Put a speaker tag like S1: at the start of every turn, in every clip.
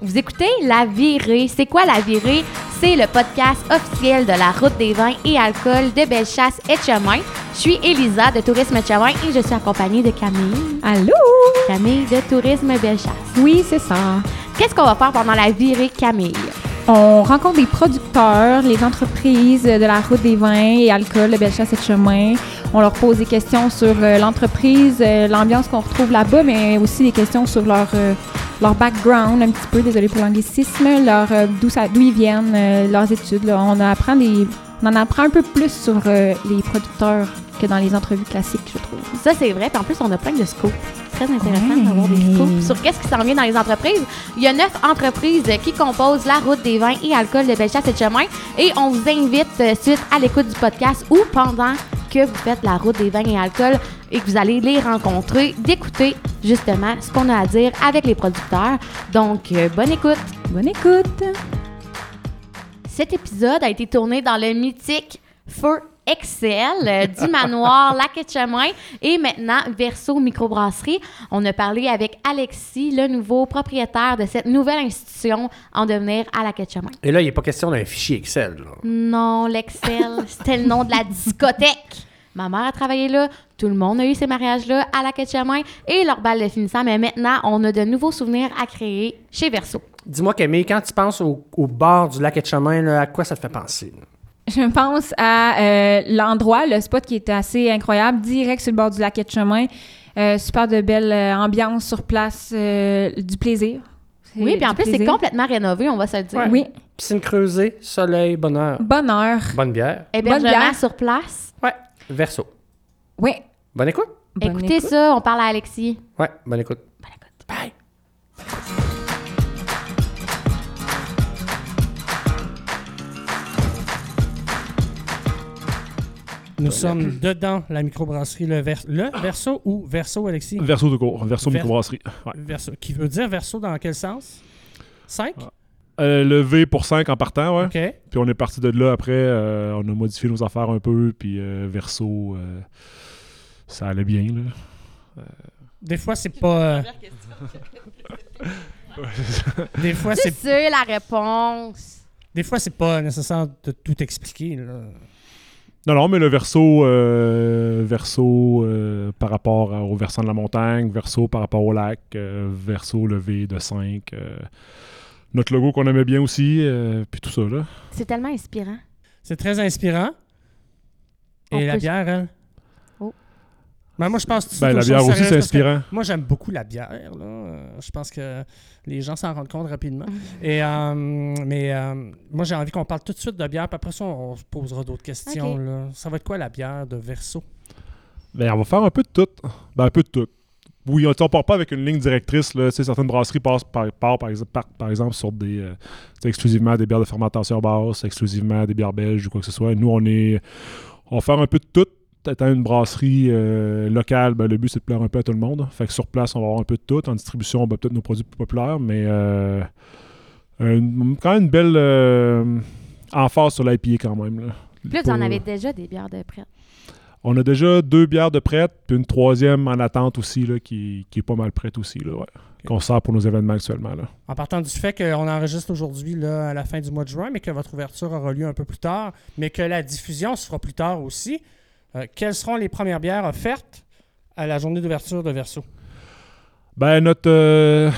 S1: Vous écoutez La Virée. C'est quoi La Virée? C'est le podcast officiel de la route des vins et alcool de Bellechasse et de Chemin. Je suis Elisa de Tourisme Chemin et je suis accompagnée de Camille.
S2: Allô?
S1: Camille de Tourisme Bellechasse.
S2: Oui, c'est ça.
S1: Qu'est-ce qu'on va faire pendant la virée, Camille?
S2: On rencontre des producteurs, les entreprises de la route des vins et alcool de Bellechasse et de Chemin. On leur pose des questions sur euh, l'entreprise, euh, l'ambiance qu'on retrouve là-bas, mais aussi des questions sur leur, euh, leur background, un petit peu, désolé pour l'anglicisme, leur, euh, d'où, ça- d'où ils viennent, euh, leurs études. là. On, apprend des, on en apprend un peu plus sur euh, les producteurs que dans les entrevues classiques, je trouve.
S1: Ça, c'est vrai. Puis en plus, on a plein de scoops. Très intéressant
S2: Ouais.
S1: d'avoir des scoops sur qu'est-ce qui s'en vient dans les entreprises. Il y a neuf entreprises euh, qui composent la route des vins et alcool de Bellechasse et de Chemin. Et on vous invite euh, suite à l'écoute du podcast ou pendant que vous faites la route des vins et alcool et que vous allez les rencontrer, d'écouter justement ce qu'on a à dire avec les producteurs. Donc, euh, bonne écoute!
S2: Bonne écoute!
S1: Cet épisode a été tourné dans le mythique Feu Excel euh, du manoir Lac et Chemin et maintenant Verso Microbrasserie. On a parlé avec Alexis, le nouveau propriétaire de cette nouvelle institution en devenir à Lac et Chemin.
S3: Et là, il n'est pas question d'un fichier Excel. là.
S1: Non, l'Excel, c'était le nom de la discothèque. Ma mère a travaillé là, tout le monde a eu ces mariages-là à Lac et Chemin et leur bal de finissant, mais maintenant, on a de nouveaux souvenirs à créer chez Verso.
S3: Dis-moi, Camille, quand tu penses au, au bord du lac et de chemin, là, à quoi ça te fait penser? là?
S2: Je pense à euh, l'endroit, le spot qui est assez incroyable, direct sur le bord du lac et de chemin. Euh, super de belle euh, ambiance sur place, euh, du plaisir. C'est
S1: Oui, puis en
S2: du
S1: plus, c'est
S2: plaisir.
S1: complètement rénové, on va se le dire.
S2: Oui,
S3: Piscine creusée, soleil, bonheur,
S2: bonheur.
S3: bonne bière.
S1: Hébergement
S2: Bonne bière.
S1: sur place.
S3: Ouais, verso.
S2: Oui.
S3: Bonne écoute?
S2: Bonne
S1: Écoutez
S2: écoute.
S1: ça, on parle à Alexis.
S3: Ouais, bonne écoute.
S1: Bonne écoute.
S3: Bye.
S4: Nous sommes dedans la microbrasserie le, Vers- le verso ou verso Alexis
S5: Verso de cours, verso
S4: Ver-
S5: microbrasserie. Ouais.
S4: verso qui veut dire verso dans quel sens 5
S5: Euh, le V pour 5 en partant, ouais.
S4: OK
S5: Puis on est parti de là après, euh, on a modifié nos affaires un peu, puis euh, verso, euh, ça allait bien, là.
S4: des fois c'est pas euh, des fois
S1: Tu
S4: c'est
S1: sais la réponse.
S4: des fois c'est pas nécessaire de tout expliquer là.
S5: Non, non, mais le verso, euh, verso euh, par rapport à- au versant de la montagne, verso par rapport au lac, euh, verso le V de 5. euh, notre logo qu'on aimait bien aussi, euh, puis tout ça, là.
S1: C'est tellement inspirant.
S4: C'est très inspirant. Et
S1: On
S4: la
S1: peut-
S4: bière elle
S1: Oh.
S4: Ben, moi je pense tout
S5: Ben,
S4: aux
S5: la
S4: choses
S5: bière aussi,
S4: sérieuses
S5: c'est
S4: parce que-
S5: inspirant.
S4: Moi, j'aime beaucoup la bière. là. Euh, Je pense que les gens s'en rendent compte rapidement. Et, euh, mais euh, moi, j'ai envie qu'on parle tout de suite de bière, puis après ça, on se posera d'autres questions.
S1: Ok.
S4: là. Ça va être quoi la bière de Verso?
S5: Ben, on va faire un peu de tout. Ben, un peu de tout. Oui, on ne part pas avec une ligne directrice. Là. Tu sais, Certaines brasseries passent par, partent, par, exemple, par- par exemple, sur des euh, tu sais, exclusivement des bières de fermentation basse, exclusivement des bières belges ou quoi que ce soit. Nous, on est. On va faire un peu de tout. Étant une brasserie euh, locale, ben, le but, c'est de plaire un peu à tout le monde. Fait que sur place, on va avoir un peu de tout. En distribution, on va peut-être nos produits plus populaires, mais euh, une- quand même une belle euh, emphase sur l'IPA quand même. Là.
S1: Puis là, vous en avez déjà des bières de prêt.
S5: On a déjà deux bières de prête, puis une troisième en attente aussi, là, qui, qui est pas mal prête aussi, là, ouais. qu'on sort pour nos événements actuellement. Là.
S4: En partant du fait qu'on enregistre aujourd'hui là, à la fin du mois de juin, mais que votre ouverture aura lieu un peu plus tard, mais que la diffusion se fera plus tard aussi, euh, quelles seront les premières bières offertes à la journée d'ouverture de Verso?
S5: Ben, notre, euh,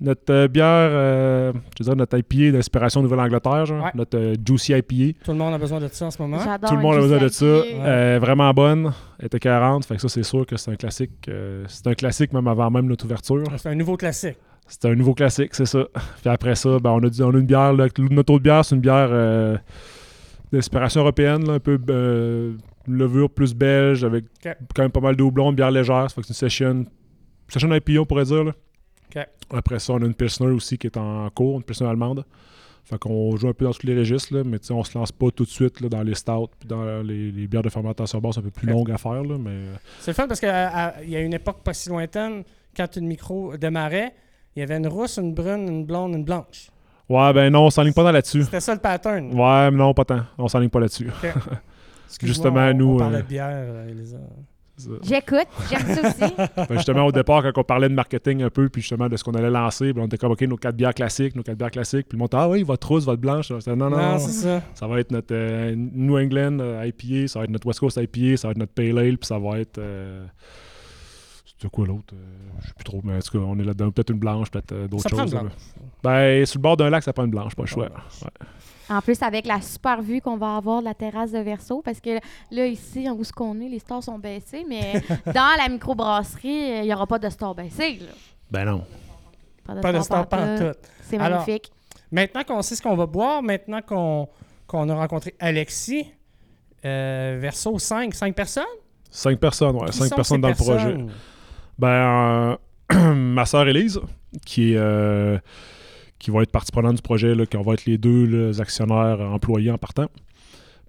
S5: notre euh, bière, euh, je veux dire, notre IPA d'inspiration Nouvelle-Angleterre, genre,
S4: Ouais.
S5: notre euh, Juicy IPA,
S4: Tout le monde a besoin de ça en ce moment.
S1: J'adore.
S5: tout le monde a
S1: un
S5: besoin de
S1: juicy
S5: ça.
S1: IPA.
S5: Euh, vraiment bonne, elle était 40, fait que ça, c'est sûr que c'est un classique. euh, c'est un classique même avant même notre ouverture.
S4: C'est un nouveau classique.
S5: C'est un nouveau classique, c'est ça. Puis après ça, ben, on, a, du- on a une bière. là, que- notre autre bière, c'est une bière euh, d'inspiration européenne, là, un peu euh, une levure plus belge, avec
S4: Ok.
S5: quand même pas mal de houblon, une bière légère. Ça fait que c'est une session, session IPA, on pourrait dire. là.
S4: Ok.
S5: Après ça, on a une Pilsner aussi qui est en cours, une Pilsner allemande. Fait qu'on joue un peu dans tous les registres, là, mais tu sais, on se lance pas tout de suite là, dans les stouts puis dans les, les bières de fermentation basse un peu plus
S4: Ok.
S5: longues à faire. Là, mais euh,
S4: C'est le fun parce qu'il y a une époque pas si lointaine, quand une micro démarrait, il y avait une rousse, une brune, une blonde, une blanche.
S5: Ouais, ben non, on s'enligne pas dans là-dessus.
S4: C'était ça le pattern.
S5: Ouais, mais non, pas tant. On s'enligne pas là-dessus.
S4: Excuse-moi,
S5: Justement,
S4: on-
S5: nous,
S4: On parlait
S5: euh,
S4: de bière, euh, Elisa.
S5: C'est ça.
S1: J'écoute, j'aime ça aussi.
S5: Fait que Ben, justement, au départ, quand on parlait de marketing un peu, puis justement de ce qu'on allait lancer, puis on était comme, OK, nos quatre bières classiques, nos quatre bières classiques. Puis le monde, ah oui, votre rousse, votre blanche. J'étais, Non, non,
S4: Non,
S5: non.
S4: c'est ça.
S5: Ça va être notre euh, New England euh, IPA, ça va être notre West Coast IPA, ça va être notre Pale Ale, puis ça va être. euh, C'était quoi l'autre Euh, Je sais plus trop, mais en tout cas, on est là-dedans. Peut-être une blanche, peut-être euh, d'autres
S4: Ça
S5: choses.
S4: prend Ah, de
S5: là. Ben, sur le bord d'un lac, ça prend une blanche, pas le choix.
S1: En plus, avec la super vue qu'on va avoir de la terrasse de Verso, parce que là, ici, où ce qu'on est, les stars sont baissés, mais dans la microbrasserie, euh, il n'y aura pas de stars baissés. là.
S5: Ben non.
S4: Pas de star
S1: pantoute.
S4: pantoute.
S1: C'est
S4: Alors-
S1: magnifique.
S4: Maintenant qu'on sait ce qu'on va boire, maintenant qu'on qu'on a rencontré Alexis, euh, Verso 5, 5 personnes?
S5: Cinq personnes, ouais,
S4: Qui
S5: Ben, cinq
S4: sont
S5: personnes
S4: ces
S5: dans le projet.
S4: personnes?
S5: Ben, euh, ma sœur Élise, qui est. euh, qui va être partie prenante du projet, là, qu'on va être les deux là, actionnaires euh, employés en partant.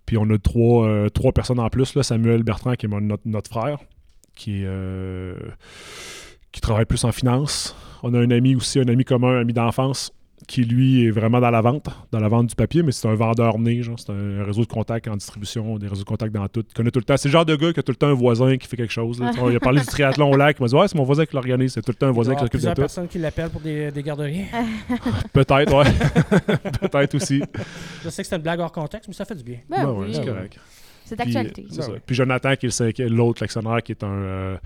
S5: Puis on a trois, euh, trois personnes en plus, là, Samuel Bertrand, qui est mon- notre, notre frère, qui, est, euh, qui travaille plus en finance. On a un ami aussi, un ami commun, un ami d'enfance, qui lui est vraiment dans la vente, dans la vente du papier, mais c'est un vendeur né, genre, c'est un réseau de contacts en distribution, des réseaux de contacts dans tout. Il connaît tout le temps. C'est le genre de gars qui a tout le temps un voisin qui fait quelque chose. là. Tu vois, Il a parlé du triathlon au lac, il m'a dit Ouais, c'est mon voisin qui l'organise, c'est tout le temps un
S4: Il doit y
S5: voisin qui
S4: avoir
S5: s'occupe de
S4: Ah, plusieurs
S5: tout.
S4: personnes qui l'appellent pour des, des garderies.
S5: Peut-être, ouais. Peut-être aussi.
S4: Je sais que c'est une blague hors contexte, mais ça fait du bien.
S1: Ben
S5: Ouais,
S1: oui,
S5: ouais, c'est correct.
S1: C'est
S5: Puis, euh,
S1: d'actualité.
S5: c'est
S4: Ah
S5: ça.
S4: ouais.
S5: Puis Jonathan, qui est le cinquième- l'autre actionnaire, qui est un, euh,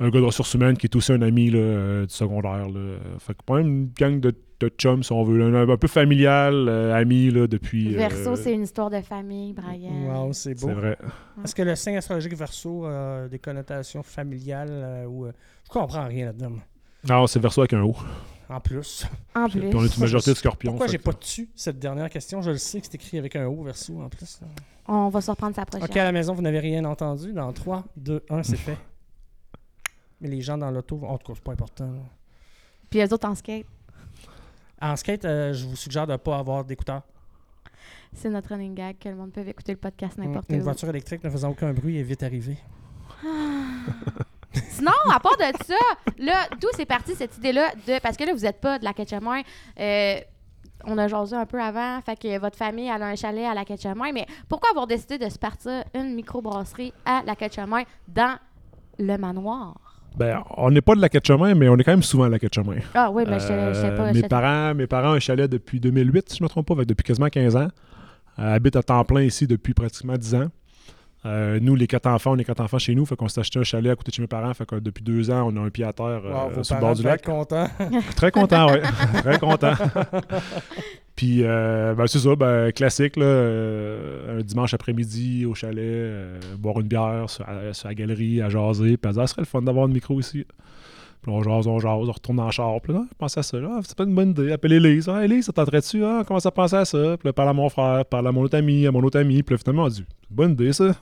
S5: un gars de ressources humaines, qui est aussi un ami là, euh, du secondaire. Là. Fait que pas une gang de, de chums, si on veut. là, Un, un peu familial, euh, ami, là, depuis... euh,
S1: Verso, c'est une histoire de famille, Brian.
S4: Wow, c'est beau.
S5: C'est vrai.
S4: Est-ce que le signe astrologique Verso a des connotations familiales euh, ou... euh, Je comprends rien là-dedans. moi.
S5: Non, c'est verso avec un O.
S4: En plus.
S1: En plus.
S5: Puis on est une majorité de scorpions.
S4: Pourquoi
S5: fait
S4: j'ai
S5: que-
S4: pas tu cette dernière question? Je le sais que c'est écrit avec un O Verso en plus.
S1: On va se reprendre sa prochaine.
S4: Ok, à la maison, vous n'avez rien entendu. Dans 3, 2, 1, c'est fait. Mais les gens dans l'auto, vont- en tout cas, c'est pas important. là.
S1: Puis les autres en skate,
S4: En skate, euh, je vous suggère de ne pas avoir d'écouteurs.
S1: c'est notre running gag que le monde peut écouter le podcast n'importe
S4: Une
S1: où.
S4: voiture électrique ne faisant aucun bruit est vite arrivée.
S1: Sinon, à part de ça, là, d'où c'est parti cette idée-là de parce que là, vous n'êtes pas de la Ketchamin. Euh, on a jasé un peu avant, fait que votre famille elle a un chalet à la Ketchamin, mais pourquoi avoir décidé de se partir une microbrasserie à la Ketchamin dans le manoir?
S5: Ben, on n'est pas de la Quête-Chemin, mais on est quand même souvent à la Quête-Chemin.
S1: Ah oui, mais je sais
S5: Euh,
S1: pas.
S5: mes,
S1: j'étais-
S5: parents, mes parents ont un chalet depuis 2008, si je ne me trompe pas, fait que depuis quasiment 15 ans. Euh, habitent à temps plein ici depuis pratiquement 10 ans. Euh, nous, les quatre enfants, on est quatre enfants chez nous, fait qu'on s'est acheté un chalet à côté de chez mes parents, fait que depuis deux ans, on a un pied à terre euh, sur le bord du lac.
S4: content.
S5: Très content, oui. Très content. Puis, euh, ben, c'est ça, ben, classique, là, euh, un dimanche après-midi au chalet, euh, boire une bière sur, à- sur la galerie, à jaser, puis à dire, ah, ce serait le fun d'avoir un micro ici. Puis on jase, on jase, on retourne en char. Puis là, Ah, je pense à ça. Là, c'est pas une bonne idée. Appelle Elise. Ah, Elise, ça tenterait-tu? Ah, on commence à penser à ça. Puis là, parle à mon frère, parle à mon autre ami, à mon autre ami. Puis là, finalement, on dit, C'est une bonne idée, ça.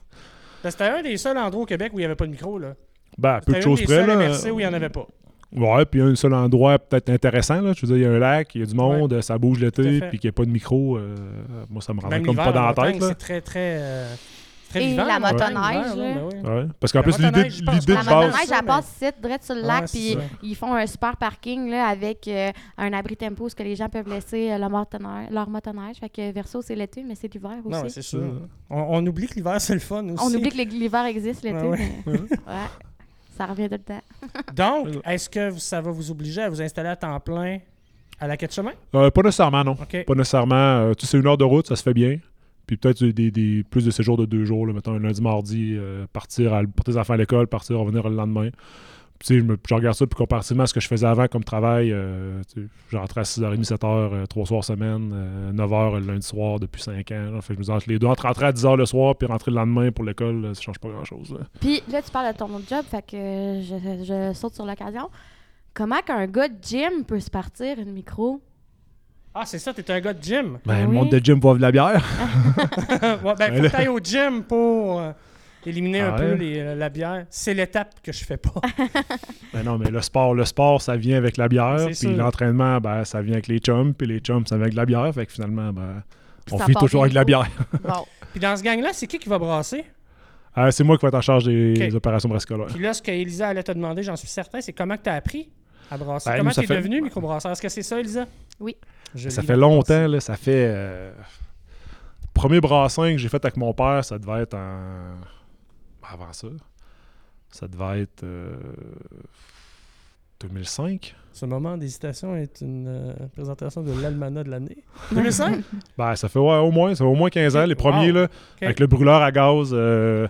S4: C'était un des seuls endroits au Québec où il n'y avait pas de micro. là.
S5: Ben, à peu
S4: C'était
S5: de
S4: un
S5: choses
S4: des
S5: près,
S4: seuls
S5: là.
S4: MRC où il n'y en avait pas.
S5: Ouais, puis un seul endroit peut-être intéressant. Là. Je veux dire, il y a un lac, il y a du monde, ça bouge
S4: Tout à
S5: l'été,
S4: fait.
S5: puis qu'il n'y a pas de micro. euh, moi, ça me rendait
S4: Même
S5: comme
S4: l'hiver,
S5: pas dans la
S4: montagne,
S5: tête.
S4: C'est
S5: Là.
S4: très, très, euh, très
S1: Et
S4: vivant,
S1: la
S4: montagne,
S1: motoneige, là.
S4: l'hiver, ben oui.
S5: Ouais. Parce qu'en
S4: La
S5: plus, l'idée
S4: motoneige, je pense
S5: l'idée
S4: qu'on
S1: La
S5: de
S4: abandonne
S5: base.
S1: motoneige,
S4: ça,
S1: elle
S4: mais-
S1: passe site, direct sur le
S4: Ouais,
S1: lac,
S4: c'est
S1: puis
S4: ça.
S1: ils font un super parking là, avec euh, un abri tempo, ce que les gens peuvent laisser euh, leur, motoneige, leur motoneige. Fait que Verso, c'est l'été, mais c'est l'hiver aussi.
S4: Non, ouais, c'est sûr. On, on oublie que l'hiver, c'est le fun aussi.
S1: On oublie que l'hi- l'hiver existe l'été,
S4: Ah ouais.
S1: mais ouais, ça revient tout le temps.
S4: Donc, est-ce que ça va vous obliger à vous installer à temps plein à la quête chemin?
S5: Euh, pas nécessairement, non.
S4: OK.
S5: Pas nécessairement. euh, tu sais, une heure de route, ça se fait bien. Puis peut-être des, des- des- plus de séjours de deux jours, là, mettons un lundi, mardi, euh, partir, à- porter les enfants à l'école, partir, revenir le lendemain. Puis, tu sais, je, me- je regarde ça, puis comparativement à ce que je faisais avant comme travail, euh, tu sais, je rentrais à 6h30, 7h, 3 euh, soirs semaine, 9h le lundi soir depuis 5 ans. là. Fait que je me dis, entre les deux, entre rentrer à 10h le soir, puis rentrer le lendemain pour l'école, là, ça change pas grand-chose. là.
S1: Puis là, tu parles de ton autre job, fait que euh, je, je saute sur l'occasion. Comment qu'un gars de gym peut se partir une micro?
S4: Ah, c'est ça, t'es un gars de gym.
S5: Ben, le
S1: Oui.
S5: monde de gym boive de la bière.
S4: ouais, ben, faut
S5: là-
S4: que t'ailles au gym pour euh, éliminer un
S5: Ah
S4: peu
S5: ouais.
S4: les, euh, la bière. C'est l'étape que je fais pas.
S5: Ben non, mais le sport, le sport, ça vient avec la bière.
S4: C'est
S5: Puis
S4: sûr.
S5: l'entraînement, ben, ça vient avec les chums. Puis les chums, ça vient avec la bière. Fait que finalement, ben,
S1: Puis
S5: on
S1: ça
S5: finit
S1: part
S5: toujours
S1: bien
S5: avec de la
S1: cool.
S5: bière.
S1: Bon,
S4: Puis dans ce gang-là, c'est qui qui va brasser?
S5: Euh, c'est moi qui vais être en charge des
S4: Ok.
S5: opérations brascolaires.
S4: Puis là, ce que Elisa allait te demander, j'en suis certain, c'est comment que t'as appris à brasser.
S5: Ben,
S4: comment
S5: nous, ça
S4: t'es
S5: fait-
S4: devenu microbrasseur? Est-ce que c'est ça, Elisa?
S1: Oui.
S4: Je
S5: Ça
S4: lis
S5: fait
S4: la pensée.
S5: longtemps, là, ça fait. euh, Premier brassin que j'ai fait avec mon père, ça devait être en. ben, Avant ça. Ça devait être euh, 2005.
S4: Ce moment d'hésitation est une euh, présentation de l'almanach de l'année. 2005?
S5: Ben, ça fait ouais, au moins, ça fait au moins 15 ans, les premiers,
S4: Wow.
S5: là, avec le brûleur à gaz, euh,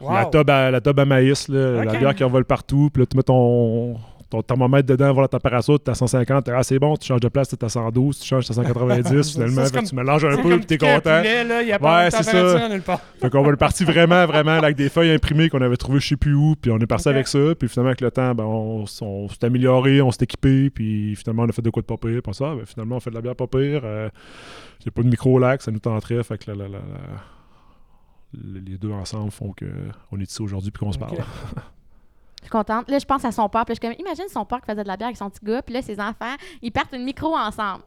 S4: Wow.
S5: la, tube à, la tube à maïs, là, la
S4: Ok.
S5: bière qui envole partout, puis là, tu mets ton, ton thermomètre dedans, voir la température, t'es à 150, ah, c'est bon, tu changes de place, t'es à 112, tu changes, t'es à 190,
S4: c'est
S5: finalement, fait que
S4: comme-
S5: tu mélanges un
S4: C'est
S5: peu,
S4: comme
S5: puis t'es
S4: piquer un
S5: content.
S4: poulet, là, Il n'y a pas
S5: Ouais,
S4: de
S5: c'est ça.
S4: température nulle part.
S5: Fait qu'on est parti vraiment, vraiment, là, avec des feuilles imprimées qu'on avait trouvées je sais plus où, puis on est parti
S4: Ok.
S5: avec ça, puis finalement, avec le temps, ben, on, s- on s'est amélioré, on s'est équipé, puis finalement, on a fait de quoi de pas pire, puis on s'est dit, ah, ben, finalement, on fait de la bière pas pire, euh, j'ai pas de micro-lac, ça nous tenterait, fait que la- la- la- la- les deux ensemble font que on est ici aujourd'hui, puis qu'on se
S4: Ok.
S5: parle.
S1: Je suis contente. Là, je pense à son père. Puis je suis comme, imagine son père qui faisait de la bière avec son petit gars. Puis là, ses enfants, ils partent une micro ensemble.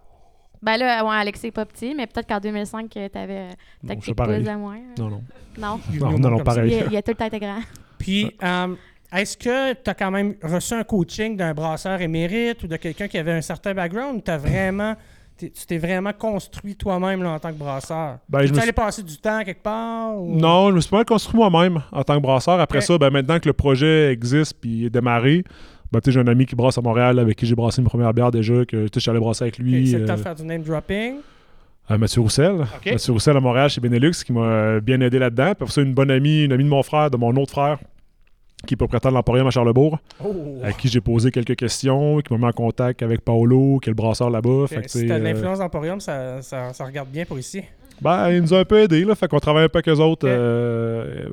S1: Ben là, ouais, Alex, c'est pas petit, mais peut-être qu'en 2005, euh, t'avais
S5: Bon,
S1: peut-être
S5: c'est
S1: tes
S5: pareil.
S1: pouces à moins. euh,
S5: Non, non.
S1: Non.
S4: Il est venu au
S5: Non, non,
S4: monde
S5: non,
S4: comme ça.
S5: pareil.
S1: Il, a- il a tout le temps été grand.
S4: Puis, euh, est-ce que tu as quand même reçu un coaching d'un brasseur émérite ou de quelqu'un qui avait un certain background? T'as vraiment, t'es- tu t'es vraiment construit toi-même là, en tant que brasseur?
S5: Ben, je
S4: tu
S5: me
S4: allé
S5: suis-
S4: passer du temps quelque part? ou-
S5: Non, je me suis pas mal construit moi-même en tant que brasseur. Après
S4: Ok.
S5: ça, ben, maintenant que le projet existe puis est démarré, ben, tu sais, j'ai un ami qui brasse à Montréal avec qui j'ai brassé une première bière déjà, que tu sais, je suis allé brasser avec
S4: Ok,
S5: lui.
S4: c'est le temps
S5: euh,
S4: de faire du name dropping.
S5: à Mathieu Roussel.
S4: Ok.
S5: Mathieu Roussel à Montréal chez Benelux qui m'a euh, bien aidé là-dedans. Puis après ça, une bonne amie, une amie de mon frère, de mon autre frère, qui est propriétaire de l'Emporium à Charlebourg,
S4: Oh!
S5: à qui j'ai posé quelques questions, qui m'a mis en contact avec Paolo, qui est le brasseur là-bas. Fait que, tu
S4: si
S5: sais,
S4: t'as de
S5: euh,
S4: l'influence d'Emporium, ça, ça, ça regarde bien pour ici.
S5: Ben, ils nous ont un peu aidés, là. Fait qu'on travaille un peu avec eux autres.
S4: Ok.
S5: euh, euh,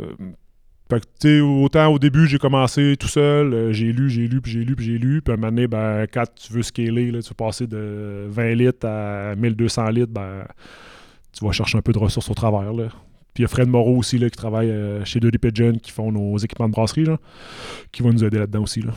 S5: fait que, tu sais, autant au début, j'ai commencé tout seul. euh, j'ai lu, j'ai lu, puis j'ai lu, puis j'ai lu. Puis à un moment donné, ben, quand tu veux scaler, là, tu veux passer de 20 litres à 1200 litres, ben, tu vas chercher un peu de ressources au travers, là. Puis il y a Fred Moreau aussi, là, qui travaille euh, chez Dirty Pigeon, qui font nos équipements de brasserie, là, qui vont nous aider là-dedans aussi, là.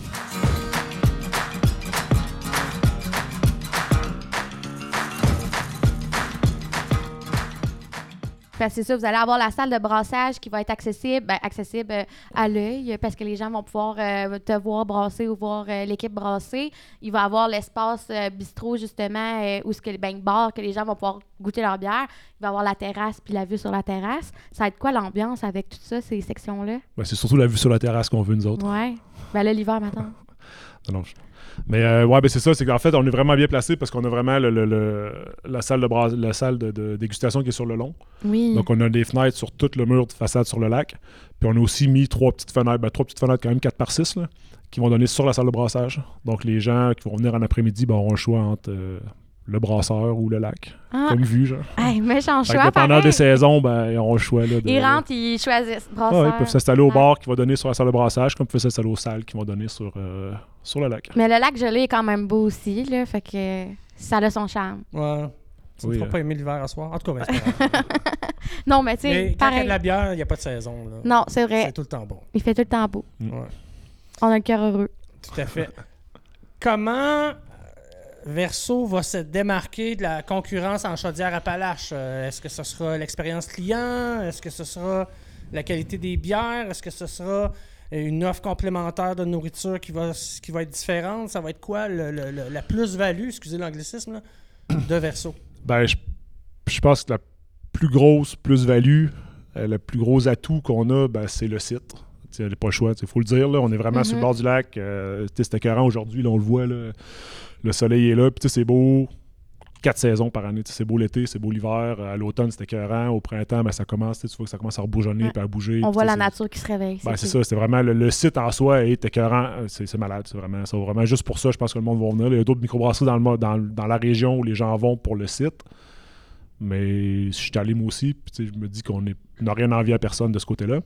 S1: Parce que c'est ça, vous allez avoir la salle de brassage qui va être accessible, ben, accessible euh, à l'œil, euh, parce que les gens vont pouvoir euh, te voir brasser ou voir euh, l'équipe brasser. Il va y avoir l'espace euh, bistrot, justement, euh, où ce que le bang bar, que les gens vont pouvoir goûter leur bière. Il va y avoir la terrasse, puis la vue sur la terrasse. Ça va être quoi l'ambiance avec tout ça, ces sections-là?
S5: Ben, c'est surtout la vue sur la terrasse qu'on veut, nous autres.
S1: Ouais. Ben là, l'hiver, maintenant.
S5: Non, non, je- Mais euh, ouais, ben c'est ça, c'est qu'en fait, on est vraiment bien placé parce qu'on a vraiment le, le- le- la salle de bras- la salle de, de dégustation qui est sur le long.
S1: Oui.
S5: Donc on a des fenêtres sur tout le mur de façade sur le lac. Puis on a aussi mis trois petites fenêtres, ben, trois petites fenêtres quand même 4 par 6 qui vont donner sur la salle de brassage. Donc les gens qui vont venir en après-midi ben, auront le choix entre euh, le brasseur ou le lac.
S1: ah,
S5: Comme vue, genre.
S1: hey, méchant
S5: Fait que
S1: choix,
S5: dépendant
S1: pareil.
S5: des saisons, ben, ils auront le choix. Là, de,
S1: Ils rentrent, ils choisissent
S5: Ah,
S1: brasseur.
S5: ouais, ils peuvent s'installer au
S1: Ah.
S5: bar qui va donner sur la salle de brassage, comme ils peuvent s'installer aux salles qui vont donner sur, euh, sur le lac.
S1: Mais le lac gelé est quand même beau aussi, là, fait que ça a son charme.
S4: Ouais. Tu ne
S5: Oui,
S4: me feras
S5: euh.
S4: pas aimer l'hiver à soir. En tout cas, ben, c'est pas grave.
S1: Non, mais tu
S4: Mais
S1: sais,
S4: quand il y a
S1: pareil.
S4: de la bière, il n'y a pas de saison. là.
S1: Non, c'est
S4: C'est
S1: vrai.
S4: tout le temps bon.
S1: Il fait tout le temps beau.
S4: Ouais.
S1: On a le cœur heureux.
S4: Tout à fait. Comment euh, Verso va se démarquer de la concurrence en Chaudière-Appalaches? Euh, Est-ce que ce sera l'expérience client? Est-ce que ce sera la qualité des bières? Est-ce que ce sera euh, une offre complémentaire de nourriture qui va, s- qui va être différente? Ça va être quoi le- le- le- la plus-value, excusez l'anglicisme, là, de Verso?
S5: Ben, je, je pense que la plus grosse plus-value, euh, le plus gros atout qu'on a, ben, c'est le site. Il n'y a pas le choix, il faut le dire. Là, on est vraiment sur le
S1: Mhm.
S5: bord du lac. euh, tu sais, c'est écœurant aujourd'hui, là, on le voit. là, le soleil est là, puis tu sais, c'est beau. Quatre saisons par année. tu sais, C'est beau l'été, c'est beau l'hiver. euh, À l'automne, c'est écœurant. Au printemps, ben, ça commence. tu sais, Tu vois que ça commence à rebougeonner
S1: Ouais.
S5: puis à bouger.
S1: On voit
S5: puis tu sais,
S1: la
S5: c'est-
S1: nature qui se réveille.
S5: ben, c'est
S1: tout.
S5: ça, c'est vraiment le, le site en soi est écœurant. Euh, C'est c'est malade, c'est vraiment ça. Vraiment, juste pour ça, je pense que le monde va venir. Il y a d'autres microbrasseries dans, le, mo- dans, dans la région où les gens vont pour le site. Mais je suis allé moi aussi, puis tu sais, je me dis qu'on est- on n'a rien envie à personne de ce côté-là.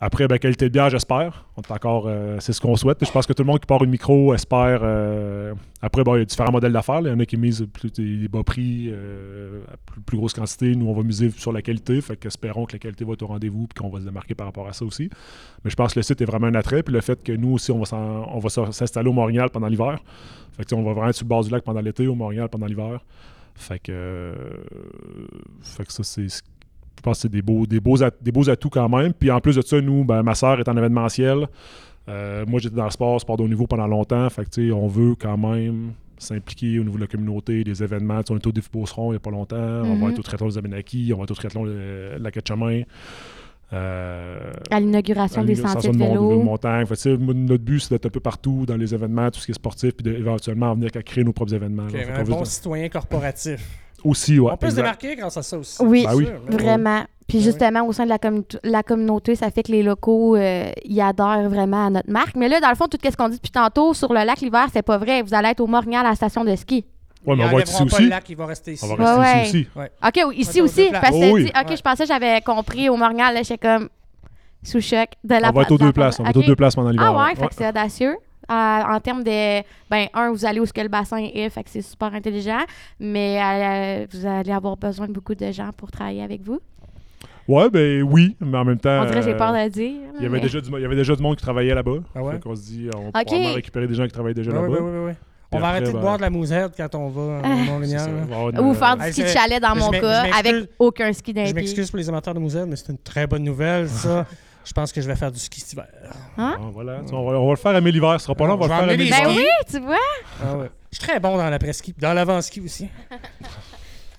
S5: Après, ben, qualité de bière, j'espère. On est encore, euh, c'est ce qu'on souhaite. Je pense que tout le monde qui part une micro espère. euh, Après, bon, il y a différents modèles d'affaires. là. Il y en a qui misent plus des des bas prix, euh, à plus, plus grosse quantité. Nous, on va miser sur la qualité. Fait qu'espérons que la qualité va être au rendez-vous puis qu'on va se démarquer par rapport à ça aussi. Mais je pense que le site est vraiment un attrait. Puis le fait que nous aussi, on va s'en- on va s'en- s'installer au Montréal pendant l'hiver. Fait que, tu sais, on va vraiment être sur le bord du lac pendant l'été, au Montréal pendant l'hiver. Fait que, euh, fait que ça, c'est. ce- Je pense que c'est des beaux, des, beaux at- des beaux atouts quand même. Puis en plus de ça, nous, ben, ma sœur est en événementiel. Euh, moi, j'étais dans le sport, sport de haut niveau pendant longtemps. Fait que, tu sais, on veut quand même s'impliquer au niveau de la communauté, des événements. Tu sais, on était au Défi Beauceron il n'y a pas longtemps. On va
S1: Mhm.
S5: euh, être au triathlon des Abenaki, on va être au triathlon de, de la Quête-Chemin. euh,
S1: à l'inauguration des
S5: Sentiers
S1: sentiers de
S5: mon-
S1: vélo.
S5: montagne. Fait que, tu sais, moi, notre but, c'est d'être un peu partout dans les événements, tout ce qui est sportif, puis de- éventuellement en venir qu'à créer nos propres événements.
S4: Ok,
S5: là. Fait qu'on
S4: un
S5: veut
S4: bon
S5: se-
S4: citoyen corporatif.
S5: Aussi, ouais.
S4: on peut se
S5: exact.
S4: démarquer grâce à ça aussi.
S1: Oui,
S5: Ben oui.
S4: Sûr, mais-
S1: vraiment. Puis
S4: Ben oui.
S1: justement, au sein de la, commu- la communauté, ça fait que les locaux, euh, ils adhèrent vraiment à notre marque. Mais là, dans le fond, tout ce qu'on dit depuis tantôt sur le lac l'hiver, c'est pas vrai. Vous allez être au Morgan à la station de ski.
S5: Ouais, mais
S4: Ils
S5: on va être ici
S4: enlèveront pas le
S5: aussi.
S4: lac, il va rester ici.
S5: On va rester
S1: Ouais,
S5: ici aussi.
S1: OK, oui, ici
S4: Attends,
S1: aussi.
S4: deux places.
S1: Parce que
S5: Oh
S1: t'as
S5: oui.
S1: dit, OK,
S4: Ouais.
S1: je pensais que j'avais compris au Morgan, là, j'étais comme sous choc de la
S5: On va être aux
S1: pla-
S5: deux
S1: de la-
S5: places. On va être aux
S1: OK.
S5: deux places pendant l'hiver.
S1: Ah ouais, fait
S5: Ouais.
S1: que c'est audacieux. Euh, en termes de. Ben, un, vous allez où ce que le bassin est, fait que c'est super intelligent. Mais euh, vous allez avoir besoin de beaucoup de gens pour travailler avec vous.
S5: Ouais, ben oui, mais en même temps.
S1: On dirait que j'ai
S5: euh,
S1: peur de le dire.
S5: Il y, avait
S1: mais-
S5: déjà du, mo- il y avait déjà du monde qui travaillait là-bas.
S4: Ah ouais?
S5: Fait qu'on se dit, euh, on
S1: Ok.
S5: va probablement récupérer des gens qui travaillent déjà
S4: Ouais, ouais,
S5: là-bas.
S4: ouais, ouais, ouais. On
S5: Puis
S4: va
S5: après,
S4: arrêter de
S5: ben,
S4: boire de la mousette quand on va euh,
S1: Ah,
S4: en hein.
S5: C'est ça,
S4: Mont-Lénial,
S5: on
S4: là.
S5: va avoir une- euh,
S1: Ou faire du
S4: Allez,
S1: ski de
S4: euh, c'est-
S1: chalet dans
S4: je
S1: mon
S4: m'ex-
S1: cas,
S4: je m'excuse.
S1: avec aucun ski d'un
S4: Je
S1: pied.
S4: m'excuse pour les amateurs de mousette, mais c'est une très bonne nouvelle, ça. Je pense que je vais faire du ski cet hiver.
S1: Hein?
S5: Ah, voilà, tu sais, on, va, on va le faire à mille hiver. Ce sera pas long, on va
S4: Je
S5: le
S4: vais
S5: faire à
S4: emmener
S5: mille
S4: des
S1: Ben
S5: hiver.
S4: skis.
S1: oui, tu vois. Ben
S4: Ah ouais. Je suis très bon dans l'après-ski, puis dans l'avant-ski aussi.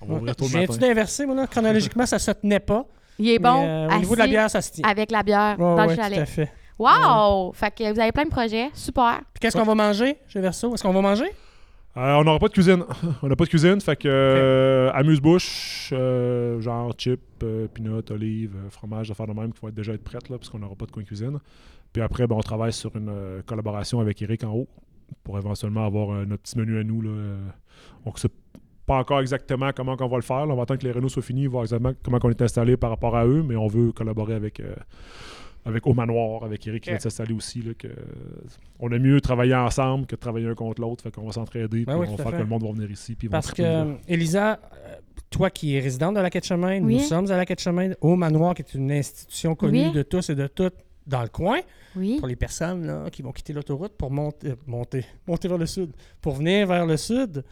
S5: On va ouvrir tôt
S4: Je
S5: le
S4: viens-tu
S5: matin.
S4: d'inverser, moi, là? Chronologiquement, ça se tenait pas.
S1: Il est
S4: mais,
S1: bon.
S4: euh, au
S1: assis,
S4: niveau de la bière, ça se tient.
S1: Avec la bière
S4: Ouais,
S1: dans
S4: ouais,
S1: le
S4: tout à
S1: chalet.
S4: fait.
S1: Wow! Fait que vous avez plein de projets. Super.
S4: Puis qu'est-ce qu'on va manger chez Verso? Est-ce qu'on va manger?
S5: Euh, on n'aura pas de cuisine. On n'a pas de cuisine, fait que euh, amuse-bouche, euh, genre chips, euh, peanuts, olives, euh, fromage, d'affaires de même qui vont être- déjà être prêtes, là, parce qu'on n'aura pas de coin cuisine. Puis après, ben, on travaille sur une euh, collaboration avec Eric en haut pour éventuellement avoir euh, notre petit menu à nous. Là. Euh, On ne sait pas encore exactement comment on va le faire. là. On va attendre que les Renault soient finis, voir exactement comment on est installé par rapport à eux, mais on veut collaborer avec. euh, avec Au Manoir, avec Eric qui vient de s'installer aussi. Là, que euh, on aime mieux travailler ensemble que de travailler un contre l'autre. Fait qu'on va s'entraider,
S4: Ben
S5: puis
S4: oui, tout
S5: on
S4: à
S5: va faire
S4: fait.
S5: que le monde va venir ici. Puis ils vont
S4: Parce que,
S5: triper, là.
S4: euh, Elisa, euh, toi qui es résidente de la Quête-Chemin, nous
S1: Oui.
S4: sommes à la Quête-Chemin, au Manoir, qui est une institution connue
S1: Oui.
S4: de tous et de toutes dans le coin.
S1: Oui.
S4: pour les personnes là, qui vont quitter l'autoroute pour monter, euh, monter, monter vers le sud, pour venir vers le sud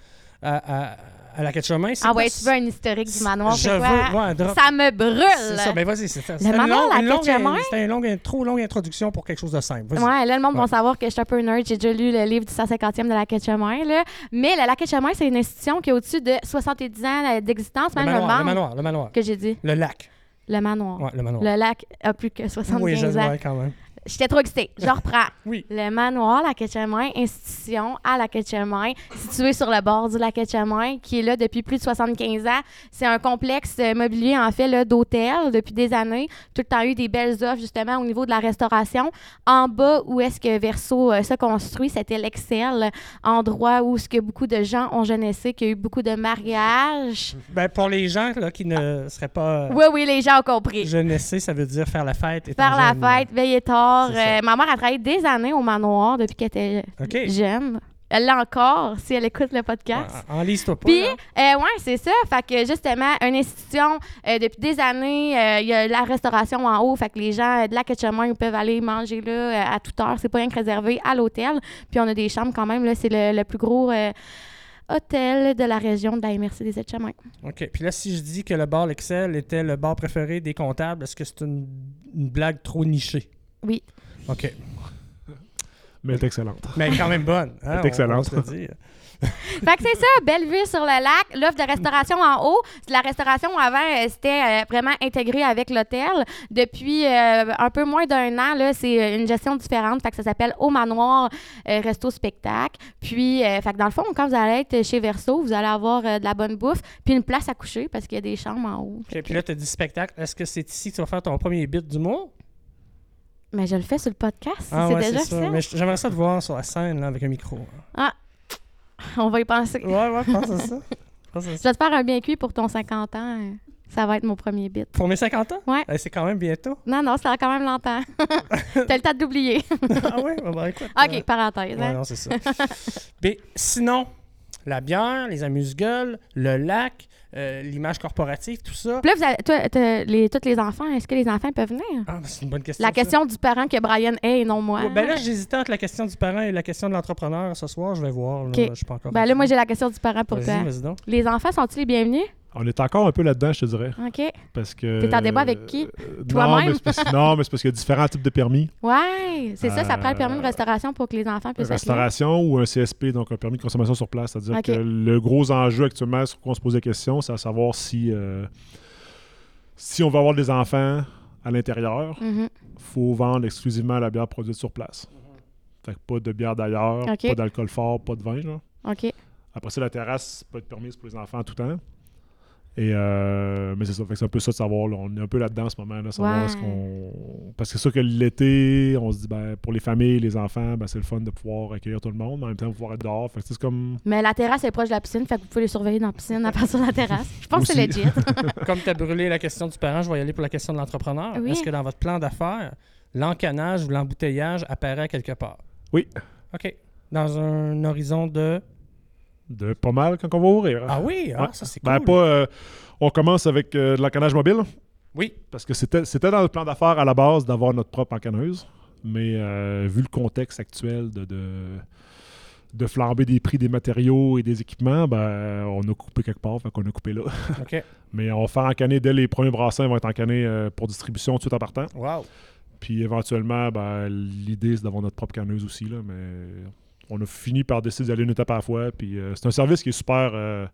S4: à, à, à la Quête-Chemin. c'est
S1: Ah
S4: quoi
S1: ouais, tu veux un historique du manoir,
S4: Je
S1: c'est quoi?
S4: veux, ouais, un drop-
S1: Ça me brûle!
S4: c'est ça, ben vas-y, c'est ça. C'est
S1: Le
S4: une
S1: manoir,
S4: longue-
S1: la
S4: une longue-
S1: Quête-Chemin?
S4: C'était une longue, une trop longue introduction pour quelque chose de simple. Vas-y.
S1: Ouais, là, le monde va
S4: Ouais.
S1: savoir que je suis un peu nerd. J'ai déjà lu le livre du 150e de la Quête Chemin, là. Mais la la Quête Chemin, c'est une institution qui a au-dessus de 70 ans euh, d'existence,
S4: Le
S1: même le,
S4: manoir,
S1: membre
S4: le manoir, le manoir.
S1: que j'ai dit.
S4: Le lac.
S1: Le manoir.
S4: Ouais, le manoir.
S1: Le lac a plus que 75
S4: oui, je
S1: ans.
S4: ouais, quand même.
S1: J'étais trop excitée. Je reprends.
S4: Oui.
S1: Le manoir, la Quetchemain, institution à la Quetchemain, située sur le bord du lac Quetchemain, qui est là depuis plus de 75 ans. C'est un complexe euh, mobilier, en fait, là, d'hôtels depuis des années. Tout le temps eu des belles offres, justement, au niveau de la restauration. En bas, où est-ce que Verso euh, se construit, c'était l'Excel, endroit où ce que beaucoup de gens ont jeunessé, qu'il y a eu beaucoup de mariages.
S4: Ben, pour les gens là, qui ne seraient pas
S1: Ah.
S4: euh,
S1: Oui, oui, les gens ont compris.
S4: jeunessés, ça veut dire faire la fête. étant
S1: Faire la
S4: jeune.
S1: fête, veiller tard.
S4: C'est ça.
S1: Euh, ma mère a travaillé des années au manoir depuis qu'elle était
S4: OK.
S1: jeune. Elle l'a encore si elle écoute le podcast.
S4: En- En lise-toi Ah, pas.
S1: Puis,
S4: là.
S1: euh, ouais, c'est ça. Fait que justement, une institution euh, depuis des années, euh, il y a la restauration en haut. Fait que les gens euh, de la Ketchumin ils peuvent aller manger là euh, à toute heure. C'est pas rien que réservé à l'hôtel. Puis on a des chambres quand même. Là, c'est le, le plus gros euh, hôtel de la région de la MRC des Etchemins.
S4: OK. Puis là, si je dis que le bar L'Excel était le bar préféré des comptables, est-ce que c'est une, une blague trop nichée?
S1: Oui.
S4: OK.
S5: Mais elle est excellente.
S4: Mais quand même bonne. hein,
S5: Elle est
S4: on-
S5: excellente.
S4: on va se le dire.
S1: Fait que c'est ça, belle vue sur le lac, l'offre de restauration en haut. De La restauration avant, euh, c'était euh, vraiment intégrée avec l'hôtel. Depuis euh, un peu moins d'un an, là, c'est euh, une gestion différente. Fait que ça s'appelle Au Manoir euh, Resto Spectacle. Puis, euh, fait que dans le fond, quand vous allez être chez Verso, vous allez avoir euh, de la bonne bouffe, puis une place à coucher parce qu'il y a des chambres en haut.
S4: OK. Puis là, tu as dit spectacle. Est-ce que c'est ici que tu vas faire ton premier bit d'humour?
S1: Mais je le fais sur le podcast, c'est
S4: Ah ouais,
S1: déjà
S4: ça.
S1: ça.
S4: Mais j- j'aimerais ça te voir sur la scène là, avec un micro.
S1: On va y penser.
S4: Ouais, ouais, pense à ça. Pense à
S1: Je
S4: ça.
S1: vais te faire un bien cuit pour ton 50 ans. euh, Ça va être mon premier bit.
S4: Pour mes 50 ans?
S1: Ouais.
S4: Eh, c'est quand même bientôt.
S1: Non, non, ça a quand même longtemps. T'as le temps de l'oublier.
S4: ah ouais? Bah, bah, écoute.
S1: OK,
S4: euh,
S1: parenthèse.
S4: Ouais,
S1: hein.
S4: non, c'est ça. Mais sinon, la bière, les amuse-gueules, le lac, euh, l'image corporative, tout ça.
S1: Puis là, vous avez, toi, t'as les, tous les enfants, est-ce que les enfants peuvent venir?
S4: Ah, c'est une bonne question.
S1: La
S4: ça.
S1: question du parent que Brian est et non moi.
S4: Ouais, ben là, j'hésitais entre la question du parent et la question de l'entrepreneur ce soir. Je vais voir. Là,
S1: Ok.
S4: Je suis pas encore.
S1: Ben là, moi, j'ai la question du parent pour
S4: Vas-y,
S1: toi.
S4: vas-y donc.
S1: Les enfants sont-ils les bienvenus?
S5: On est encore un peu là-dedans, je te dirais.
S1: OK.
S5: Parce que.
S1: T'es en débat avec qui?
S5: Euh,
S1: Toi-même?
S5: Non, mais c'est parce- non, mais c'est parce qu'il y a différents types de permis.
S1: Ouais, c'est ça, ça prend le permis de
S5: Euh,
S1: restauration pour que les enfants puissent être là.
S5: Restauration ou un CSP, donc un permis de consommation sur place. C'est-à-dire
S1: Ok.
S5: que le gros enjeu actuellement sur quoi on se pose des questions, c'est à savoir si, euh, si on va avoir des enfants à l'intérieur,
S1: Mhm.
S5: faut vendre exclusivement la bière produite sur place.
S4: Mhm.
S5: Fait que pas de bière d'ailleurs,
S1: Ok.
S5: pas d'alcool fort, pas de vin. Là.
S1: OK.
S5: Après ça, la terrasse peut être permise pour les enfants à tout temps. Et euh, mais c'est ça, Fait que c'est un peu ça de savoir. là. On est un peu là-dedans en ce moment, là, savoir
S1: Ouais.
S5: ce qu'on. Parce que c'est sûr que l'été, on se dit ben pour les familles, les enfants, ben, c'est le fun de pouvoir accueillir tout le monde, mais en même temps pouvoir être dehors. Fait que c'est comme
S1: Mais la terrasse est proche de la piscine, fait que vous pouvez les surveiller dans la piscine à partir de la terrasse. Je pense que c'est
S5: Aussi.
S1: legit.
S4: Comme tu as brûlé la question du parent, je vais y aller pour la question de l'entrepreneur.
S1: Oui.
S4: Est-ce que dans votre plan d'affaires, l'encanage ou l'embouteillage apparaît quelque part?
S5: Oui.
S4: OK. Dans un horizon de...
S5: de pas mal quand on va ouvrir. hein.
S4: Ah oui, ah,
S5: Ouais.
S4: ça c'est cool.
S5: Ben, pas. euh, on commence avec euh, de l'encanage mobile.
S4: Oui.
S5: Parce que c'était c'était dans notre plan d'affaires à la base d'avoir notre propre encanneuse. Mais euh, vu le contexte actuel de, de, de flamber des prix des matériaux et des équipements, ben, on a coupé quelque part, fait qu'on a coupé là.
S4: OK.
S5: Mais on va faire encanner dès les premiers brassins vont être encanés euh, pour distribution tout de suite en partant.
S4: Wow.
S5: Puis éventuellement, ben, l'idée, c'est d'avoir notre propre canneuse aussi. Là, mais on a fini par décider d'aller une étape à la fois. Puis euh, c'est un service qui est super. euh,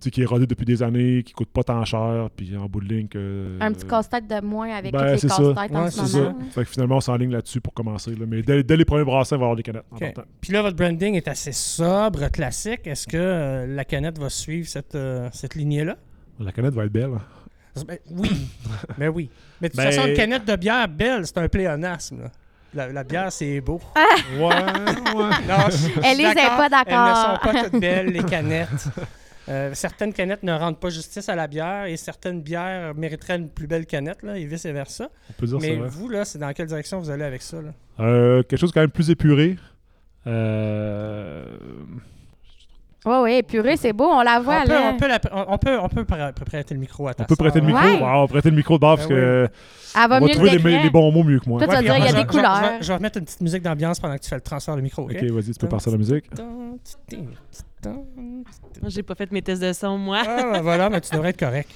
S5: tu sais, qui est rodé depuis des années, qui coûte pas tant cher, puis en bout de ligne que...
S1: Un petit casse-tête de moins avec
S5: ben,
S1: toutes
S5: c'est
S1: les
S5: ça.
S1: casse-têtes en hein.
S4: Ouais,
S1: ce
S4: c'est
S1: moment.
S5: ça. Fait que finalement, on s'enligne là-dessus pour commencer. là. Mais dès, dès les premiers brassins, on va avoir des canettes. en
S4: OK.
S5: partant.
S4: Puis là, votre branding est assez sobre, classique. Est-ce que euh, la canette va suivre cette, euh, cette lignée-là?
S5: La canette va être belle. hein.
S4: Ben, oui. Mais oui. Mais de toute
S5: Ben-
S4: façon, une canette de bière belle, c'est un pléonasme. là. La, la bière, c'est beau.
S5: Ouais, ouais.
S4: Non, je- je
S1: Ah! Elle
S4: suis
S1: les est pas d'accord.
S4: Elles ne sont pas toutes belles, les canettes. Euh, certaines canettes ne rendent pas justice à la bière et certaines bières mériteraient une plus belle canette là, et vice-versa.
S5: On peut dire
S4: Mais
S5: ça. ouais.
S4: vous, là, c'est dans quelle direction vous allez avec ça? Là?
S5: Euh, quelque chose quand même plus épuré. Euh,
S1: Oui, oui, purée, c'est beau, on la voit,
S4: on, peut,
S1: là.
S4: on, peut la- on- on peut- on peut pr- pr- prêter le micro à ta
S5: On peut
S4: sœur.
S5: prêter le micro.
S1: Ouais.
S5: Ouais, on va prêter le micro de bord parce
S4: Ben
S5: que
S1: Elle va
S5: on va
S1: mieux
S5: trouver
S1: que
S5: les, me- les bons mots mieux que moi.
S1: Toi, tu vas
S4: puis
S1: dire, il y a
S4: je-
S1: des
S4: je-
S1: couleurs.
S4: je vais- Je vais mettre une petite musique d'ambiance pendant que tu fais le transfert de micro. OK?
S5: Ok, vas-y, tu peux passer la musique.
S6: J'ai pas fait mes tests de son, moi.
S4: Ah, ben voilà, mais tu devrais être correct.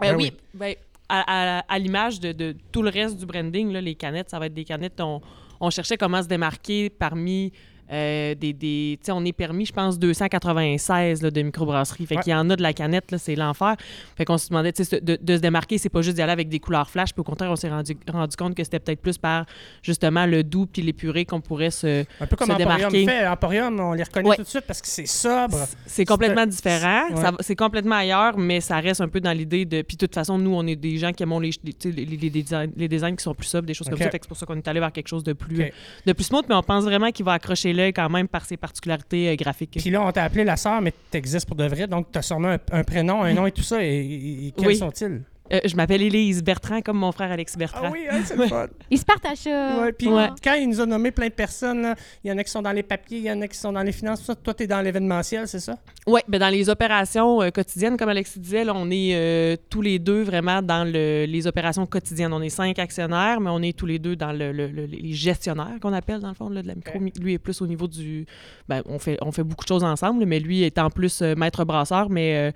S6: Ben
S4: Ben
S6: oui, ben, à, à- à l'image de, de tout le reste du branding, là, les canettes, ça va être des canettes. On, on cherchait comment se démarquer parmi euh, des. des tu sais, on est permis, je pense, 296 là, de microbrasserie. Fait
S4: Ouais.
S6: qu'il y en a de la canette, là, c'est l'enfer. Fait qu'on se demandait, tu sais, se- de, de se démarquer, c'est pas juste d'y aller avec des couleurs flash. Puis au contraire, on s'est rendu, rendu compte que c'était peut-être plus par justement le doux puis l'épuré qu'on pourrait se.
S4: Un peu comme
S6: Se
S4: Emporium
S6: démarquer.
S4: fait. Emporium, on les reconnaît
S6: Ouais.
S4: tout de suite parce que c'est sobre.
S6: C'est- C'est complètement différent.
S4: Ouais.
S6: Ça va- C'est complètement ailleurs, mais ça reste un peu dans l'idée de. Puis de toute façon, nous, on est des gens qui aiment les, tu sais, les, les- les designs, les designs qui sont plus sobres, des choses
S4: Ok.
S6: comme ça. Fait que c'est pour ça qu'on est allé vers quelque chose de plus,
S4: Ok.
S6: de plus smooth, mais on pense vraiment qu'il va accrocher l'œil quand même par ses particularités euh, graphiques.
S4: Puis là, on t'a appelé la sœur, mais t'existes pour de vrai, donc t'as sûrement un, un prénom, un nom et tout ça. Et, et- et quels
S6: Oui.
S4: sont-ils?
S6: Euh, je m'appelle Élise Bertrand, comme mon frère Alex
S1: Ah
S6: Bertrand.
S4: oui, hein, c'est le fun.
S1: Ils se partagent ça.
S4: Ouais, puis
S6: Ouais.
S4: quand il nous a nommé plein de personnes, là, il y en a qui sont dans les papiers, il y en a qui sont dans les finances, tout ça. Toi, t'es dans l'événementiel, c'est ça?
S6: Oui, ben dans les opérations euh, quotidiennes, comme Alexis disait, là, on est euh, tous les deux vraiment dans le- les opérations quotidiennes. On est cinq actionnaires, mais on est tous les deux dans le, le- le- les gestionnaires qu'on appelle, dans le fond, là, de la micro. Mi- Lui est plus au niveau du... Ben, on, fait, on fait beaucoup de choses ensemble, mais lui est en plus euh, maître brasseur, mais euh,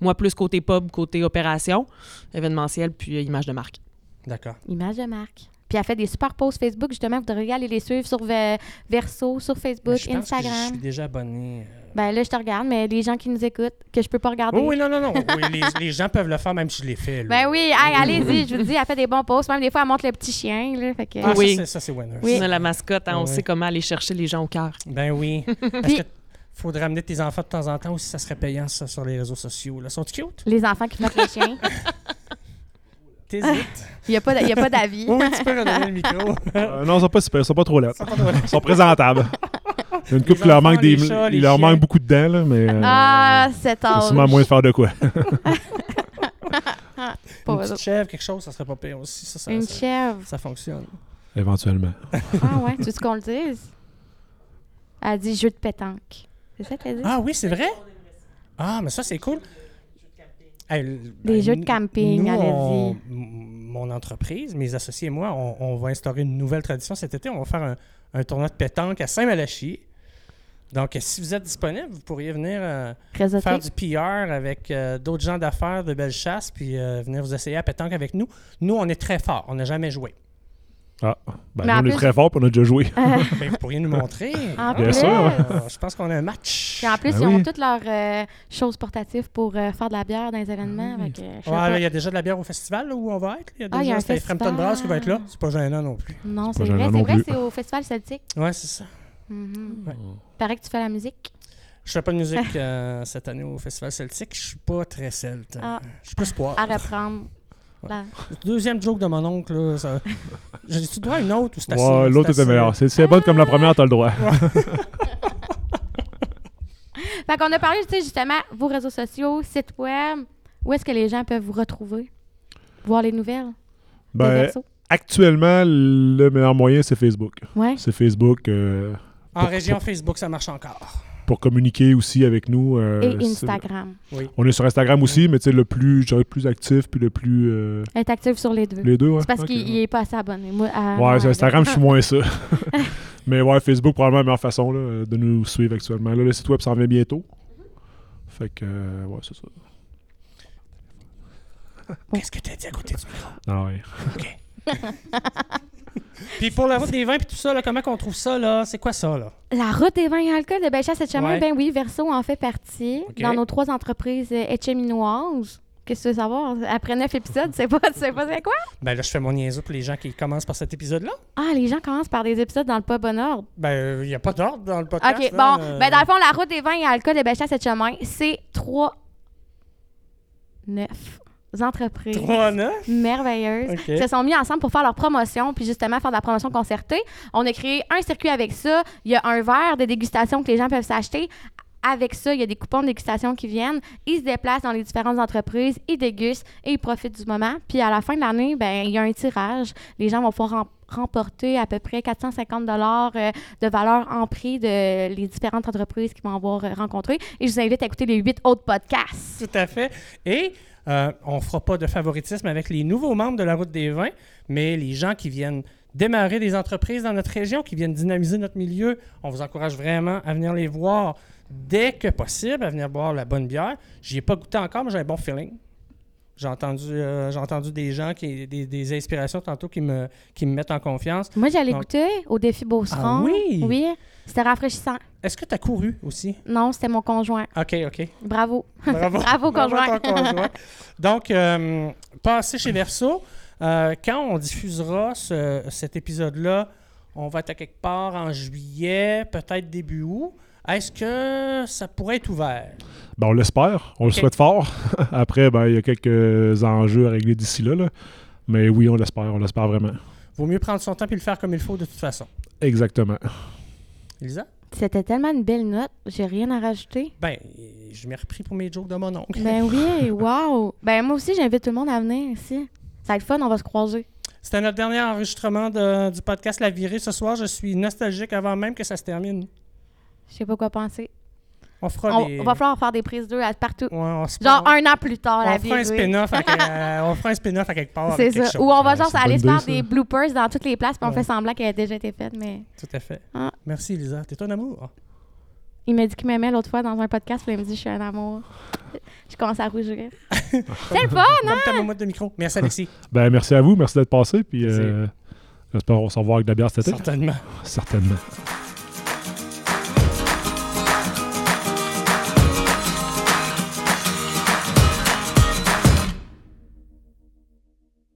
S6: moi plus côté pub, côté opération, événementiel, puis euh, image de marque.
S4: D'accord.
S1: Image de marque. Puis elle fait des super posts Facebook, justement. Vous devriez aller les suivre sur euh, Verso, sur Facebook,
S4: Ben, Je pense que Je
S1: Instagram.
S4: suis déjà abonné. euh,
S1: Ben là, je te regarde, mais les gens qui nous écoutent, que je peux pas regarder.
S4: Oui, oui, non, non, non. Oui, les, les gens peuvent le faire, même si je l'ai fait. là.
S1: Ben oui, hey, allez-y, je vous dis, elle fait des bons posts. Même des fois, elle montre le petit chien. Là, fait que...
S4: Ah,
S6: Oui.
S4: ça, c'est- ça, c'est winner.
S1: Oui.
S6: On a la mascotte, hein,
S4: Ah
S6: on
S4: ouais.
S6: sait comment aller chercher les gens au cœur.
S4: Ben oui. Est-ce
S1: Puis-
S4: que faudrait amener tes enfants de temps en temps ou si ça serait payant, ça, sur les réseaux sociaux? Là. Sont-ils cute?
S1: Les enfants qui font les chiens. Ah.
S4: T'hésites?
S1: Il n'y a pas de- il y a pas d'avis.
S4: oui, tu peux redonner le micro.
S5: Euh, non, ils sont pas super, ils sont pas trop lettres.
S4: drôles.
S5: Ils sont présentables. Il y a une couple
S4: Les
S5: qui leur
S4: enfants,
S5: manque des,
S4: les chats, les
S5: il leur
S4: chiens.
S5: manque beaucoup de dents, là, mais euh,
S1: Ah, cet
S5: c'est
S1: âge.
S5: sûrement moins de faire de quoi.
S1: Pas eux
S4: Une petite
S1: autres.
S4: chèvre, quelque chose, ça serait pas pire aussi. Ça, ça,
S1: Une
S4: ça-
S1: chèvre.
S4: ça fonctionne.
S5: Éventuellement.
S1: Ah ouais, tu veux qu'on le dise? Elle dit jeu de pétanque. C'est ça qu'elle dit?
S4: Ah oui, c'est vrai? Ah, mais ça, c'est cool. Hey, l-
S1: Des
S4: ben,
S1: jeux de
S4: nous-
S1: camping,
S4: nous,
S1: allez-y.
S4: on- m- Mon entreprise, mes associés et moi, on, on va instaurer une nouvelle tradition cet été. On va faire un, un tournoi de pétanque à Saint-Malachie. Donc, euh, si vous êtes disponible, vous pourriez venir euh,
S1: Réseauter.
S4: faire du PR avec euh, d'autres gens d'affaires de Bellechasse, puis euh, venir vous essayer à pétanque avec nous. Nous, on est très forts. On n'a jamais joué.
S5: Ah, ben,
S1: Mais
S5: nous,
S1: en
S5: on est
S1: plus- Ah,
S5: très fort, puis on a déjà joué.
S4: Ben, vous pourriez nous montrer.
S1: En
S5: Bien
S1: plus.
S5: sûr, ouais.
S4: Euh, je pense qu'on a un match.
S1: Puis en plus,
S5: Ben
S1: ils
S5: oui.
S1: ont toutes leurs euh, choses portatives pour euh, faire de la bière dans les événements.
S4: Ah oui.
S1: fait que, je sais
S4: Ouais, là, Il
S1: pas.
S4: y a déjà de la bière au festival là, où on va être. Il y a
S1: Ah, il y a
S4: déjà
S1: un
S4: c'est
S1: festival.
S4: Frampton Brass qui va être là. C'est pas gênant non plus.
S1: Non,
S5: C'est pas
S1: c'est vrai,
S5: gênant
S1: c'est
S5: non
S1: vrai,
S5: plus.
S1: c'est au Festival Celtique.
S4: Ouais, c'est ça.
S1: Mhm.
S4: Ouais.
S1: Paraît que tu fais la musique.
S4: Je fais pas de musique euh, cette année au Festival Celtique. Je suis pas très celte.
S1: Ah.
S4: Je suis plus poire.
S1: À reprendre. La...
S4: Deuxième joke de mon oncle. là, ça- J'ai dit, tu dois une autre ou c'est assez?
S5: Ouais,
S4: C'est
S5: L'autre était
S4: assez-
S5: meilleure. C'est bonne comme la première, t'as le droit.
S1: Fait qu'on a parlé, tu sais, justement, vos réseaux sociaux, site web. Où est-ce que les gens peuvent vous retrouver? Voir les nouvelles? des
S5: Ben,
S1: versos?
S5: actuellement, le meilleur moyen, c'est Facebook.
S1: Ouais.
S5: C'est Facebook euh,
S4: En région Facebook, ça marche encore.
S5: pour communiquer aussi avec nous. euh,
S1: Et
S5: c'est-
S1: Instagram.
S5: On est sur Instagram aussi, mais tu sais, le plus, je dirais, le plus actif, puis le plus. euh,
S1: Être active sur les deux.
S5: les deux, ouais.
S1: C'est parce
S5: Ok,
S1: qu'il
S5: ouais.
S1: n'est pas assez abonné. Moi, euh, à-
S5: Ah, Ouais,
S1: à-
S5: sur Instagram, je suis moins ça. mais ouais, Facebook, probablement la meilleure façon là, euh, de nous suivre actuellement. Là, le site web s'en vient bientôt. Fait que, euh, ouais, c'est ça.
S1: Oh.
S4: Qu'est-ce que t'as dit à côté du micro?
S5: Ah ouais.
S4: Puis pour la route des vins, puis tout ça, là, comment qu'on trouve ça, là? C'est quoi ça, là?
S1: La route des vins et alcool de Bellechasse et Chemin,
S4: Ouais.
S1: ben oui, Verso en fait partie
S4: Ok.
S1: dans nos trois entreprises euh, écheminoises. Qu'est-ce que tu veux savoir? Après neuf épisodes, c'est pas, tu sais pas c'est quoi?
S4: Ben là, je fais mon niaiseux pour les gens qui commencent par cet épisode-là.
S1: Ah, les gens commencent par des épisodes dans le pas bon ordre.
S4: Ben, il n'y a pas d'ordre dans le podcast.
S1: OK,
S4: là,
S1: bon.
S4: euh,
S1: Ben, dans le fond, la route des vins et alcool de Bellechasse et Chemin, c'est trois. neuf entreprises.
S4: Trois, neuf?
S1: merveilleuses
S4: Ok.
S1: qui se sont mis ensemble pour faire leur promotion, puis justement faire de la promotion concertée. On a créé un circuit avec ça. Il y a un verre de dégustation que les gens peuvent s'acheter. Avec ça, il y a des coupons de dégustation qui viennent. Ils se déplacent dans les différentes entreprises, ils dégustent et ils profitent du moment. Puis à la fin de l'année, ben, il y a un tirage. Les gens vont pouvoir rem- remporter à peu près 450 dollars euh, de valeur en prix de les différentes entreprises qu'ils vont avoir euh, rencontrées. Et je vous invite à écouter les huit autres podcasts.
S4: Tout à fait. Et euh, on fera pas de favoritisme avec les nouveaux membres de la Route des Vins, mais les gens qui viennent démarrer des entreprises dans notre région, qui viennent dynamiser notre milieu, on vous encourage vraiment à venir les voir dès que possible, à venir boire la bonne bière. J'y ai pas goûté encore, mais j'ai un bon feeling. J'ai entendu, euh, j'ai entendu des gens, qui, des, des inspirations tantôt qui me, qui me mettent en confiance.
S1: Moi, j'allais
S4: Donc-
S1: goûter au défi Beauceron.
S4: Ah oui?
S1: Oui, c'était rafraîchissant.
S4: Est-ce que tu as couru aussi?
S1: Non, c'était mon conjoint.
S4: OK, OK.
S1: Bravo.
S4: Bravo.
S1: Bravo, conjoint.
S4: ton conjoint. Donc, euh, passez chez Verso. Euh, quand on diffusera ce- cet épisode-là, on va être à quelque part en juillet, peut-être début août. Est-ce que ça pourrait être ouvert?
S5: Ben, on l'espère, on le
S4: Ok.
S5: souhaite fort. Après, ben, il y a quelques enjeux à régler d'ici là, là. Mais oui, on l'espère, on l'espère vraiment.
S4: Vaut mieux prendre son temps et le faire comme il faut de toute façon.
S5: Exactement.
S4: Elisa?
S1: C'était tellement une belle note, j'ai rien à rajouter.
S4: Ben, je m'ai repris pour mes jokes de mon oncle.
S1: Ben oui, wow. Ben moi aussi, j'invite tout le monde à venir ici. Ça va être fun, on va se croiser.
S4: C'était notre dernier enregistrement de- du podcast La Virée ce soir. Je suis nostalgique avant même que ça se termine.
S1: Je sais pas quoi penser.
S4: On fera
S1: On,
S4: des...
S1: on va falloir faire des prises d'eux à- partout.
S4: Ouais, on se-
S1: Genre un an plus tard, la
S4: on
S1: vie.
S4: fera un spin-off à, euh, on fera un spin-off à quelque part.
S1: C'est
S4: avec quelque
S1: ça.
S4: chose.
S1: Ou on va
S5: Ouais,
S1: genre
S5: c'est une
S1: aller se
S5: bonne
S1: faire
S5: idée,
S1: des
S5: ça.
S1: bloopers dans toutes les places, puis on
S4: Ouais.
S1: fait semblant qu'elle a déjà été faite, mais
S4: Tout à fait.
S1: Ah.
S4: Merci, Elisa. T'es un amour.
S1: il m'a dit qu'il m'aimait l'autre fois dans un podcast, puis il me dit je suis un amour. Je commence à rougir. C'est le fun, hein?
S4: Comme ta maman de micro. Merci, Alexis.
S5: Ben, merci à vous, merci d'être passé. Puis,
S4: Plaisir.
S5: euh, j'espère qu'on se revoit avec de la bière cet été.
S4: Certainement.
S5: Certainement.